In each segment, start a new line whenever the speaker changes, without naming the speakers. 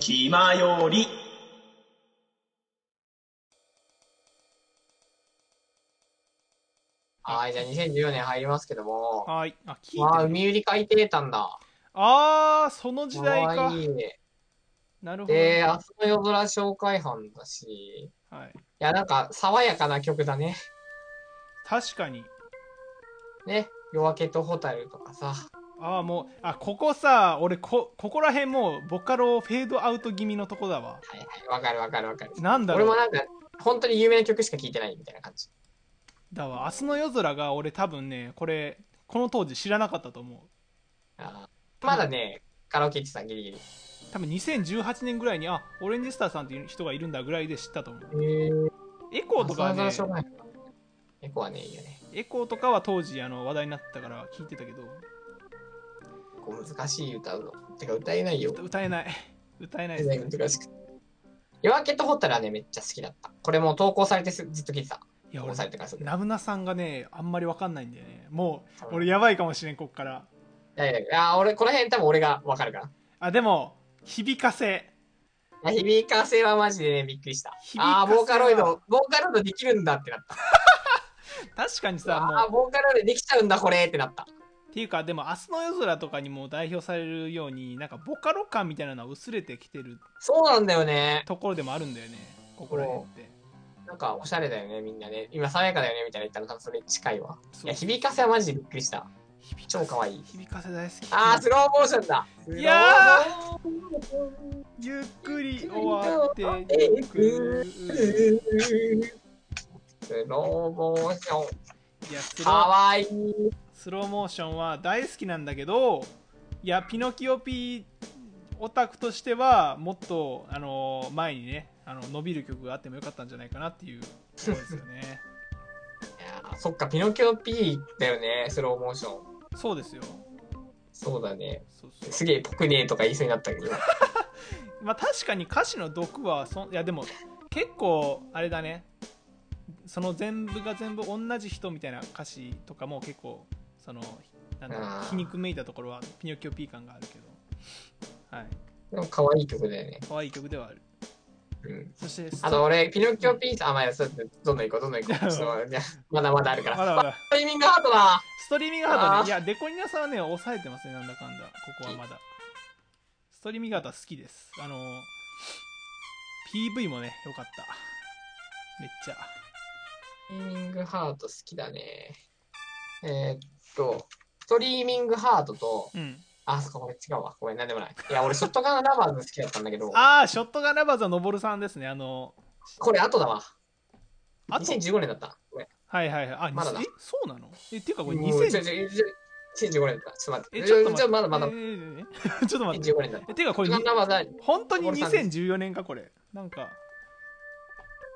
今より、
はい、じゃあ2014年入りますけども。
はい。あ、聞
あ
いて
あ、
る。
海売り海底端だ。
あー、その時代
か
か
わい。いね。
なるほど。
で、明日の夜空紹介班だし。い
はい。
や、なんか、爽やかな曲だね。
確かに。
ね。夜明けとホタルとかさ。
ああ、もう、あ、ここさ、俺、こ、ここら辺もう、ボカロフェードアウト気味のとこだわ。
はいはい、わかるわかるわかる。
なんだ
俺も
ろう。
なんか、本当に有名な曲しか聴いてないみたいな感じ。
だわ。明日の夜空が、俺多分ね、これ、この当時知らなかったと思う。
あーまだね、カラオケ行ってた、ギリギリ。
多分2018年ぐらいに、あ、オレンジスターさんっていう人がいるんだぐらいで知ったと思う。
え
エコーとかはね、
エコはね、いいよね。
エコーとかは当時あの話題になってたから聞いてたけど、
こう難しい歌うの。てか歌えないよ。
歌歌えない。歌えないですね。
難しくて。夜明けとホタルはね、めっちゃ好きだった。これもう投稿されてすずっと聞いてた。
いや、
投
俺
稿さ、れてからすぐ。い
ナブナさんがね、あんまりわかんないんだよね。も、
はいう
俺やばいかもしれん、こっから。
やいやいや、俺、この辺多分俺がわかるか
あ、でも、響かせ。
ら。いや響かせはマジでね、びっくりした。
響かせは
ああ、ボーカロイド、ボーカロイドできるんだってなった。
確かにさ、も
ああー、
う、
ボーカロイドできちゃうんだ、これってなった。
っていうか、でも、明日の夜空とかにも代表されるように、なんか、ボカロ感みたいなのは薄れてきてる
そうなんだよね。
ところでもあるんだよね。ここら辺って。
なんかおしゃれだよね、みんなね。今爽やかだよね、みたいな言ったの多分それに近いわ。い
そう
や、響かせはマジでびっくりした。
響か
超かわいい。
響かせ大好き。
あー、スローモーションだ。
いやゆっくり終わっていく。
スローモーショ
いや、スロ
ン。か
ー
わいい。
スローモーションは大好きなんだけどいやピノキオピオタクとしてはもっとあの前にねあの伸びる曲があってもよかったんじゃないかなっていうところですよ ね
いやーそっか、ピノキオ P だよね、スローモーション。
そうですよ
そうだね。
そうそう
すげえぽくねえとか言いそうになったけど。
まあ確かに歌詞の毒はそんいやでも結構あれだねその全部が全部同じ人みたいな歌詞とかも結構そのなんだろう
あー
皮肉めいたところはピノキオピ感があるけどはい
でも可愛い曲だよね。
可愛い曲ではある
うん。
そして
あと俺、ピノキオ P さん、あ、まあ、そうだねどんどん行こう、どんどん行 こう。ちょっとまだまだあるか
ま
ら。
だまだ
タイミングハートだ
ストリーミングハード
あ
ね。
ー
いや、デコニナさんはね、抑えてますね、なんだかんだ。ここはまだ。ストリーミングハードは好きです。あのー、PV もね、良かった。めっちゃ。
ストリーミングハート好きだね。えーっと、ストリーミングハートと、
うん。
あ、そっか、これ違うわ。ごめん、なんでもない。いや、俺、ショットガンラバーズ好きだったんだけど、
あー、ショットガンラバーズはのぼるさんですね。あの
これ後だわ。
ー、あと、
2015年だった。ごめん。
はいはいはい。あ、
まだだ
にえ、そうなのえ、っていうかこれ
もうち
2000、
ょちょちょ2015年だった。ちょっと待って。
え、ちょっと待
じゃ
っ
あ
て。
まだまだ
え。ーえーえーちょっと待って。
2015年だった。
え、ていうかこれ、
ガンラバーズは
本当に
のぼるさんです
2014年か、これ。なんか、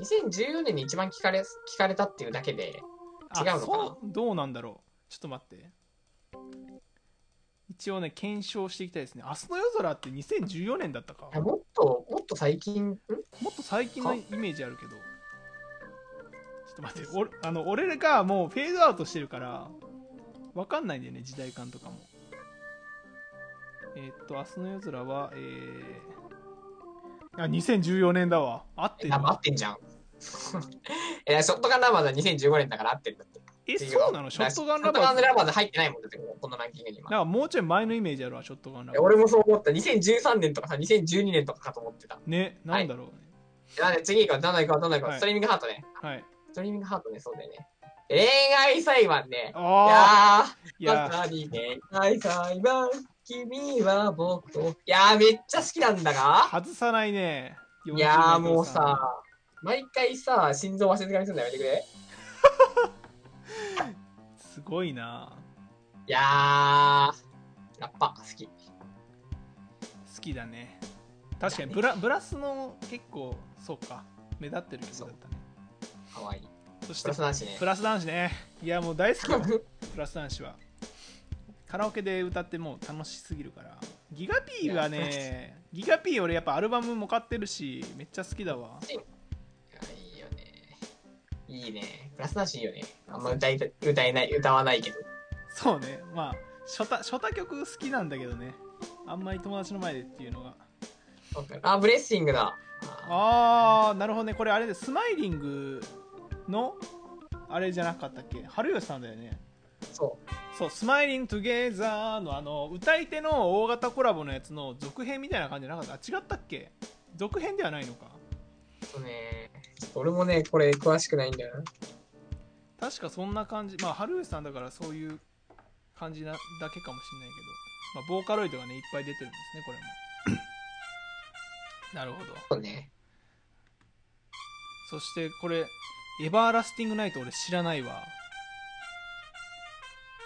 2014年に一番聞かれ聞かれたっていうだけで、
あ
違うのかな
そうどうなんだろうちょっと待って一応ね検証していきたいですね明日の夜空って2014年だったか
あもっと、もっと最近、ん
もっと最近のイメージあるけどちょっと待って俺あの俺がもうフェードアウトしてるからわかんないんだよね時代感とかもえーっと明日の夜空はえー、あ2014年だわ合って
え
る
多分合ってんじゃん。え、ショットガンラバーズは2015年だから合ってんだって。
えそうなのショットガンラバーズ
ショットガン
だ
ラ
か
バーズ入ってないもんだって、このランキングに今。
らもうちょい前のイメージあるわショットガンラ
いや
バーズ
俺もそう思った。2013年とかさ、2012年とかかと思ってた。
ねなんだろうね、
なんで次行こう、どんどん行こう、どんどん行こう。
はい
ストリーミングハートね。
はい
ストリーミングハートね、そうだよね。恋愛裁判ね。い
ああ
や
い
ー、ま
や
さに恋愛裁判、君は僕と。いやー、めっちゃ好きなんだが。
外さないね
いやー
40
もうさ、毎回さ、心臓をわしづかみするのやめてくれ。
すごいない
やー、ラッパ好き。
好きだね確かにブラブラスの結構そうか目立ってる曲だったね
かわいい。
そし
プ
て
ラス男子ね
プ。ラス男子ねいやもう大好 きよ
い
プラス男子はカラオケで歌ってもう楽しすぎるからギガ P がねギガ P 俺やっぱアルバムも買ってるしめっちゃ好きだわ
やいいよね。いいね。プラス男子いいよね。あんま歌いた歌えない、歌わないけど。
そうねまあ初太初太曲好きなんだけどねあんまり友達の前でっていうのが
わかるあ、ブレッシングだ。あ
あーなるほどねこれあれでスマイリングのあれじゃなかったっけ春吉さんだよね
そう。
そう「スマイリング・トゥゲーザー」のあの歌い手の大型コラボのやつの続編みたいな感じじゃなかったあ違ったっけ続編ではないのか
そうね。ちょっと俺もね、これ詳しくないんだよな。
確かそんな感じまあ春吉さんだからそういう感じなだけかもしれないけど、まあ、ボーカロイドがねいっぱい出てるんですねこれもなるほど
そうね。
そしてこれ「エバーラスティング・ナイト」俺知らないわ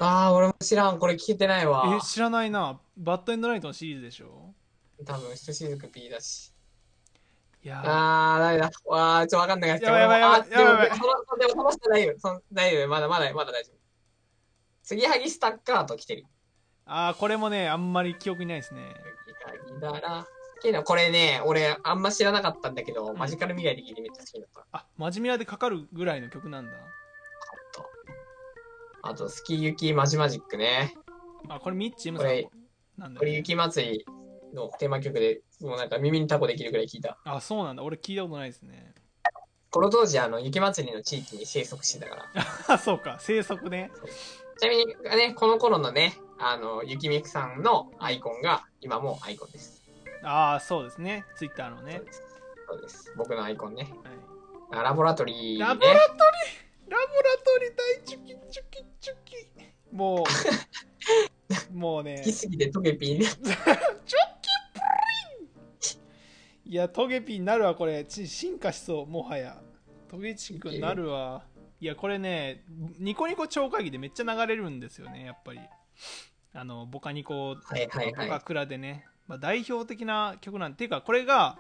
ああ、俺も知らん。これ聞いてないわ
え。知らないなバッドエンドライトのシリーズでしょ
多分、ひとしずく B だし。
いや
ああ、ダメだ。わあ、ちょっとわかんなかった。
やばいやばいやばい
俺も
やば
あ
いやばい
でも、でもそのでも、その人大丈夫。その大丈夫。まだまだ、まだ大丈夫。継ぎはぎスタッカート来てる。
ああこれもねあんまり記憶にないですね
継ぎはぎだな。好きな、これね、俺、あんま知らなかったんだけど、マジカル未来的にめっちゃ好きだった。
あマジミラでかかるぐらいの曲なんだ
あと、スキー雪マジマジックね。
あこれミッチ M さん
これ
なんだ
こ
よ
れ
ね
雪祭りのテーマ曲で、もうなんか耳にタコできるくらい聞いた。
あそうなんだ俺聞いたことないですね
この当時、あの、雪祭りの地域に生息してたから。
あそうか生息ね
ちなみにね、この頃のね、あの、雪みくさんのアイコンが、今もアイコンです。
ああそうですねツイッターの
そ
ね
う、です。そうです。僕のアイコンね。
はい、
あラボラトリー、ね。
ラボラトリーラボラトリー大チュキチュキチュキも うもうね
好きすぎてトゲピーね。
いや、トゲピになるわ、これ。ち進化しそう、もはや。トゲチくんなるわ。いや、これね、ニコニコ超会議でめっちゃ流れるんですよね、やっぱり。あの、ボカニコ、
はいはいは
ボ
い
カ。クラでね。まあ、代表的な曲なんていうか、これが、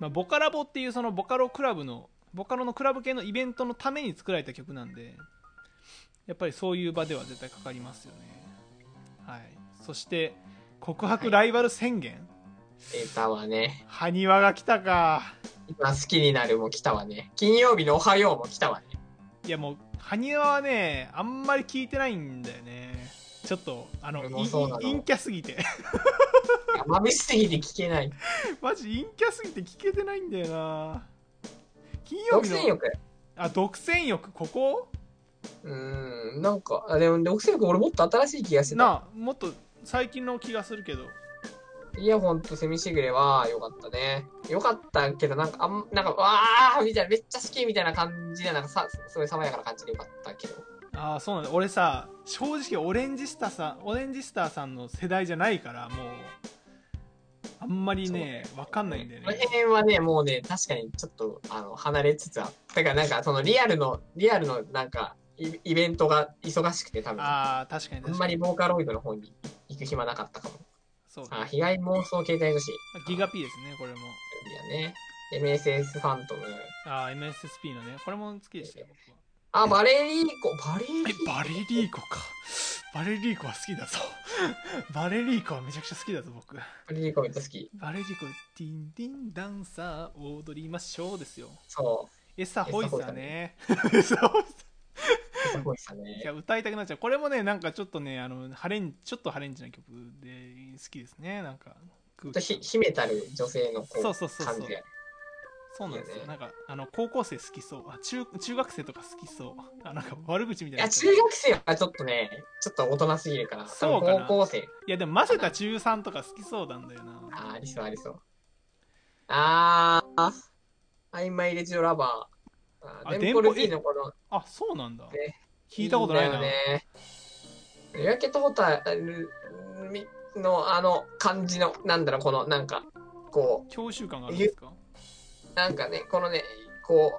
まあ、ボカラボっていうそのボカロクラブの、ボカロのクラブ系のイベントのために作られた曲なんで、やっぱりそういう場では絶対かかりますよね。はい。そして、告白ライバル宣言。
データはね、
ハニワが来たか。
今好きになるも来たわね。金曜日のおはようも来たわね。
いやもう、埴輪はね、あんまり聞いてないんだよね。ちょっと、あの、
俺
い
もそうなの
陰キャすぎて。
いや眩しすぎて聞けない。
マジ陰キャすぎて聞けてないんだよな。金曜
独
日
占
の。
欲。
あ、独占欲、ここ
うーん、なんか、あでも、独占欲俺もっと新しい気がしてた。
なあ、もっと最近の気がするけど。
イヤホンとセミシグレは良かったね。良かったけど、なんか、あん、なんか、わーみたいな、めっちゃ好きみたいな感じで、なんかさ、すごい爽やかな感じで良かったけど。
ああ、そうなんだ。俺さ、正直オレンジスターさん、オレンジスターさんの世代じゃないから、もう、あんまりね、わかんないんだよ
この
ね。
辺はね、もうね、確かにちょっと、あの、離れつつあっただから、なんか、そのリアルの、リアルの、なんか、イイベントが忙しくて、多分、あ
ああ、確かに
ん
確か
ま
に。
りボーカロイドの方に行く暇なかったかも。
そうだ。
あ、被害妄想携帯女子。
ギガ P ですね、これも。
いやね。MSS ファントム。
ああ、MSSP のね、これも好きでしたよ、僕は。
あ、バレリーコ、バレリー
え
コ、
バレリーコか。バレリーコは好きだぞ。バレリーコはめちゃくちゃ好きだぞ、僕。
バレリーコめっちゃ好き。
バレリーコ、ディンディンダンサー踊りましょうですよ。
そう。
エサホイサね。エサホイサ。
すごいですね
い。や、歌いたくなっちゃう。これもね、なんかちょっとね、あの、ハレン、ちょっとハレンジな曲で好きですね。なんか、空
ひ秘めたる女性のこう
そうそうそうそう
感じが
そうなんです
いい
よ。
よね
なんか、あの、高校生好きそう。あ、中、中学生とか好きそう。あ、なんか悪口みたいな
いや
やつ。
中学生はちょっとねちょっと大人すぎるから
そうかな
高校生
いや、でも、混ぜた中3とか好きそうなんだよな。
あーありそうありそうあー曖昧レジオラバーあ
あ
ーデンポルギー
デ
のこの
あ、そうなんだ
ね。
聞いたことない
い
な。
んだよね夜明けとホタルみのあの感じのなんだろうこのなんかこ
教習感があるんですか
うなんかねこのねこ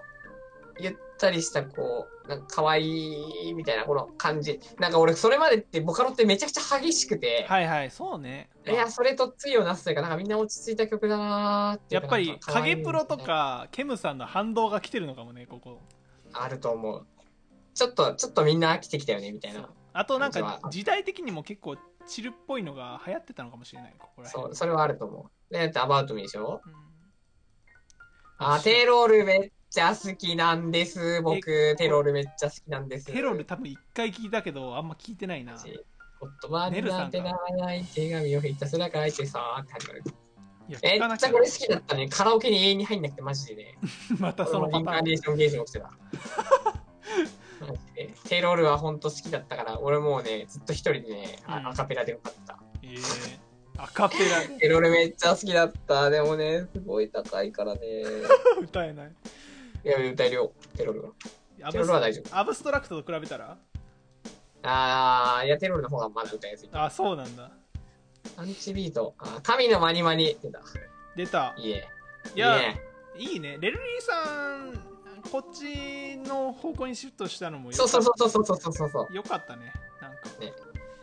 うゆったりしたこうなんか可愛いみたいなこの感じなんか俺それまでってボカロってめちゃくちゃ激しくて、
はいはい、そうね。
いや、それとついをなすというか、なんかみんな落ち着いた曲だなーってい
や
う
っ
か
ぱり、
なん
影プロと
可愛
か、
い
ケムさんの反動が来てるのかもね、ここ。
みたいなあると思う。ちょっと、ちょっとみんな飽きてきたよね、みたい
そう
な。
あと、なん
感
か
じ、は
時代的にも結構、チルっぽいのが流行ってたのかもしれない、ここら
そ
辺。
う、それはあると思う。で、だってアバウトミーでしょ
うん
あ、テロールめっちゃ好きなんです、僕。テロールめっちゃ好きなんです。
テロル多分一回聞いたけど、あんま聞いてないな。
夫はなんて名前ない手紙を引いたすら書いてさーって始まる。
いいや
め
聞か
っ
な
ち
き
ゃ
ゃ
これ好きだったのにカラオケに永遠に入んなくてマジでね。
またその
イ
パ
ン
タ
カー
ーン
ネーション現象起きて た。マジでテロールは本当好きだったから、俺もうね、ずっと一人でね、あ
うん
アカペラで歌った。
えー、アカペラで
テロールめっちゃ好きだった。でもね、すごい高いからね。
歌え ない
いや、歌えるよ、テロールは。
ア
テ
ブ
ロ
ス
ールは大丈夫。
アブストラクトと比べたら
あー、いや、テロールの方がまだ歌いやすい。
あそうなんだ
アンチビート。あー神のマニマニ。出た。
出た
いいえ。
いや
いいね
いいねレルリーさんこっちの方向にシフトしたのもよ
そうそうそうそうそうそうそうそう。
よかったねなんか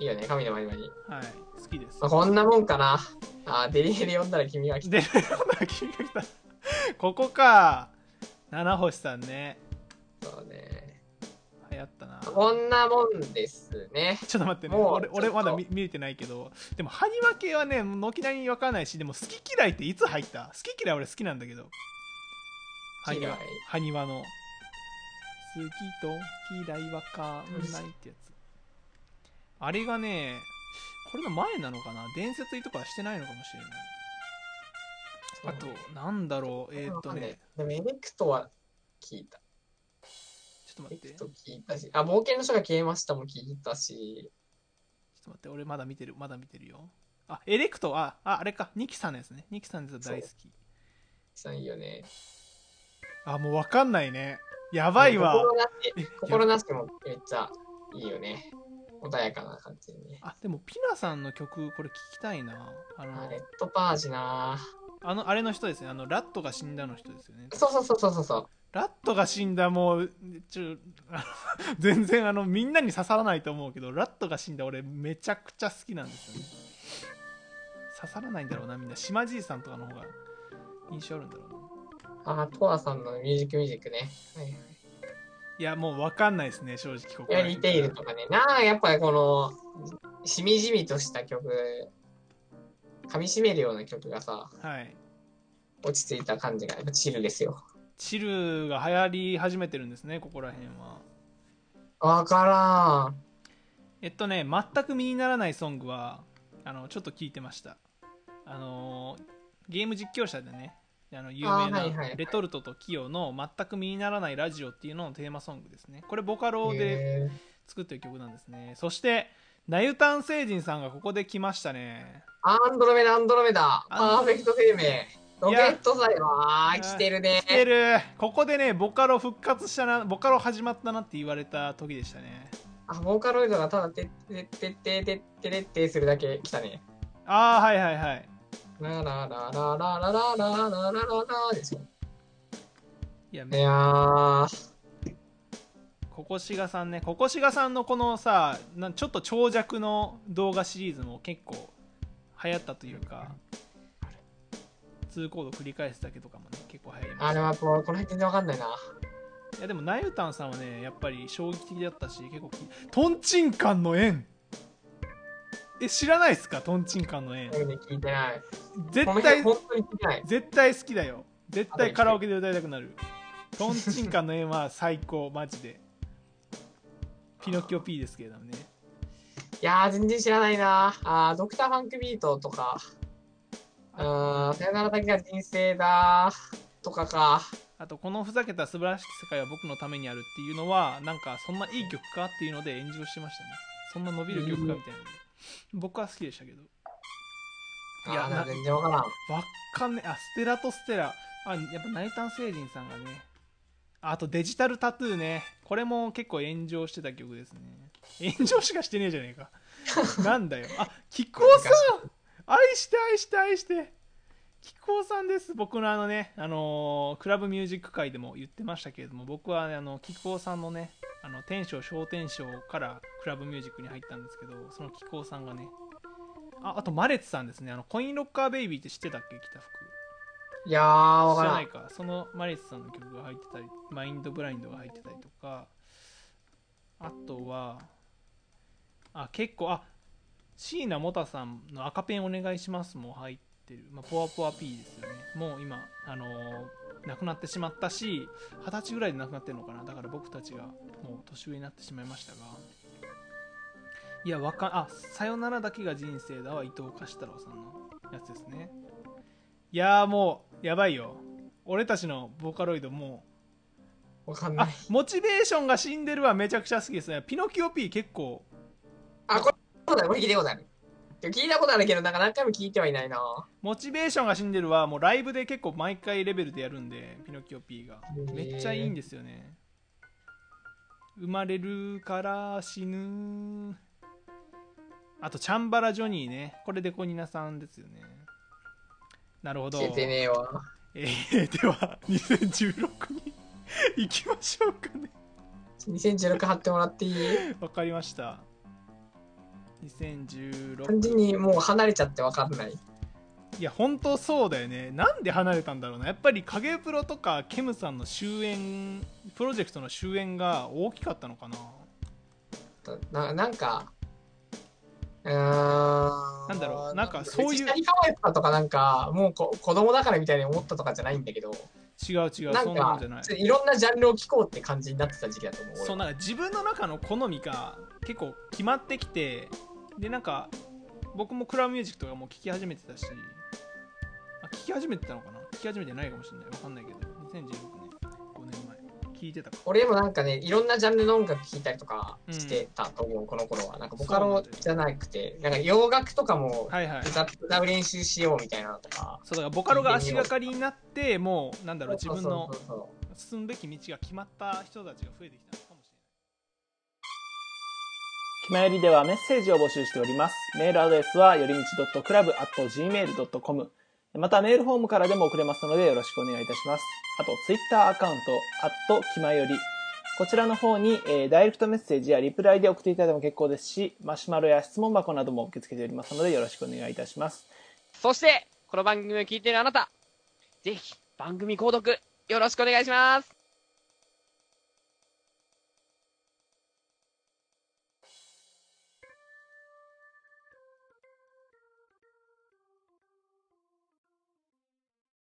いいよね、神のマニマニ。
はい好きです
まあ、こんなもんかな。あーデリヘル読んだら君は来て。
で、君が来た。ここか。七星さんね。
そうね。
流行ったな。ちょ
こんなもんですね。
っと待ってね。
もう
俺、
ちょっと
俺まだ見見れてないけど。でも、埴輪系はね、軒並みわからないし、でも好き嫌いっていつ入った好き嫌い俺好きなんだけど。埴
嫌い
輪。埴輪の。好きと嫌いわかんないってやつ。あれがね、これの前なのかな伝説とかはしてないのかもしれない。あと、なんだろう。えーっとね、。
でもエレクトは聞いた。
ちょっと待
エレ
って
ク。ト聞いたし、あ、冒険の書が消えましたも聞いたし、
ちょっと待って、俺まだ見てる、まだ見てるよ。あ、エレクト、あ、ああれか、ニキさんのやつね。ニキさんのやつ大好き。
さんいいよね。
あ、もうわかんないね。やばいわ。
心なし、心なしもめっちゃいいよね。穏やかな感じでね。
あ、でもピナさんの曲、これ聞きたいな。あ
あ、
の
レッ、ドパージな
あのあれの人ですね。あの、ラットが死んだの人ですよね。
そうそうそうそうそうそう。
ラットが死んだ、もう、ちょ、 あの全然、あの、みんなに刺さらないと思うけど、ラットが死んだ、俺、めちゃくちゃ好きなんですよね。刺さらないんだろうな、みんな。島じいさんとかの方が印象あるんだろうな。
あ、トアさんのミュージックミュージックね。はいはい
いや、もうわかんないですね、正直、ここ
い
ら
や、
辺
リテイルとかね。なあ、やっぱりこの、しみじみとした曲、噛み締めるような曲がさ、
はい。
落ち着いた感じが、やっぱチルですよ。
チルが流行り始めてるんですね、ここら辺は。
わからん。
えっとね、全く身にならないソングは、あの、ちょっと聞いてました。あのー、ゲーム実況者でね、あの、有名
あーはいはい
な
はい
レトルトとキヨの全く身にならないラジオっていうののテーマソングですね。これ、ボカロで
へー
作ってる曲なんですね。そして、ナユタン星人さんがここで来ましたね。
アンドロメダ、アンドロメダ。パ
アンドロ
ーフェクト生命。ロケット祭は、あー
いや
来てるね
来。てるここでね、ボカロ復活したな、ボカロ始まったなって言われた時でしたね。
あ、ボーカロイドがただ、てってってってってってってってするだけ来たね。
ああ、はいはいはい。
ラララララララララララララでしょ。
いや、
いやー、
ココシガさんねココシガさんのこのさなんちょっと長尺の動画シリーズも結構流行ったというか2コード繰り返すだけとかもね結構流行りま
あ
し
れ
た
はもうこの辺全然わかんないな。
いやでもナユタンさんはねやっぱり衝撃的だったし結構きトンチンカンの円え知らないっすかトンチンカンの円
でもね聞いてない。この
絶
辺
対
本当に聞いてない。
絶対好きだよ絶対カラオケで歌いたくなるトンチンカンの円は最高マジでピノキオ P ですけれどもね
いやー、全然知らないな。あー、ドクターファンクビートとか、あー、さよならだけが人生だとかか。
あと、このふざけた素晴らしき世界は僕のためにあるっていうのは、なんか、そんないい曲かっていうので炎上してましたね。そんな伸びる曲かみたいなので。僕は好きでしたけど。
あ
いや
ー、なん
な
か全然わからん。
わっかんねあ、ステラとステラ。あ、やっぱナイタン星人さんがね。あと、デジタルタトゥーね。これも結構炎上してた曲ですね。炎上しかしてねえじゃね えか。なんだよ。あ、キクオさん愛して愛して愛して。キクオさんです。僕のあのね、あのークラブミュージック界でも言ってましたけれども、僕はね、あの、キクオさんのね、あの、天章、小天章からクラブミュージックに入ったんですけど、そのキクオさんがね、あ、あと、マレツさんですね。あの、コインロッカーベイビーって知ってたっけ着た服。
いやー、わ
知
からら
ない
ん。
か。そのマレツさんの曲が入ってたり、マインドブラインドが入ってたりとか、あとは、あ、結構、あ、椎名もたさんの赤ペンお願いしますも入ってる。まあ、ポワポワ P ですよね。もう今、あのー亡くなってしまったし、二十歳ぐらいで亡くなってるのかな。だから僕たちがもう年上になってしまいましたが。いや、わかん、あ、さよならだけが人生だは伊藤貸太郎さんのやつですね。いやーもうやばいよ俺たちのボーカロイドも
わかん
う
な
あ
い。
モチベーションが死んでるはめちゃくちゃ好きですねピノキオ P 結構
あ、これ、そうだ、これ聞いたことある。でも聞いたことあるけど、なんか何回も聞いてはいないな。
モチベーションが死んでるはもうライブで結構毎回レベルでやるんでピノキオ P が
へー
めっちゃいいんですよね生まれるから死ぬあとチャンバラジョニーねこれでコニナさんですよねなるほど
聞いてねえわ。
えー、では2016に行きましょうかね
2016貼ってもらっ ていい
わかりました2016
感じにもう離れちゃってわかんない。
いや本当そうだよねなんで離れたんだろうなやっぱり影プロとかケムさんの終演プロジェクトの終演が大きかったのかな
ななんか、うーん。
なんだろうなんかそういう
下に構えたとかなんか、もうこ子供だからみたいに思ったとかじゃないんだけど、
違う違う
な
そ
ん
んなもん
か
じゃない、
いろんなジャンルを聞こうって感じになってた時期だと思う。俺
そうなんか自分の中の好みが結構決まってきてでなんか僕もクラブミュージックとかも聞き始めてたしあ聞き始めてたのかな聞き始めてないかもしれないわかんないけど2016年5年前聞いてたか
俺もなんかね、いろんなジャンルの音楽聴いたりとかしてたと思う、この頃は。なんかボカロじゃなくて、なんか洋楽とかも
はいはい
歌う練習しようみたいなのとか。
そうだからボカロが足がかりになってもうなんだろう自分の
そうそうそう
進むべき道が決まった人たちが増えてきたのかもしれない
ひまよりではメッセージを募集しております。メールアドレスは、よりみち .club.gmail.com。また、メールフォームからでも送れますので、よろしくお願いいたします。あと、ツイッターアカウント、アットきまより。こちらの方に、えーダイレクトメッセージやリプライで送っていただいても結構ですし、マシュマロや質問箱なども受け付けておりますので、よろしくお願いいたします。
そして、この番組を聞いているあなた、ぜひ番組購読よろしくお願いします。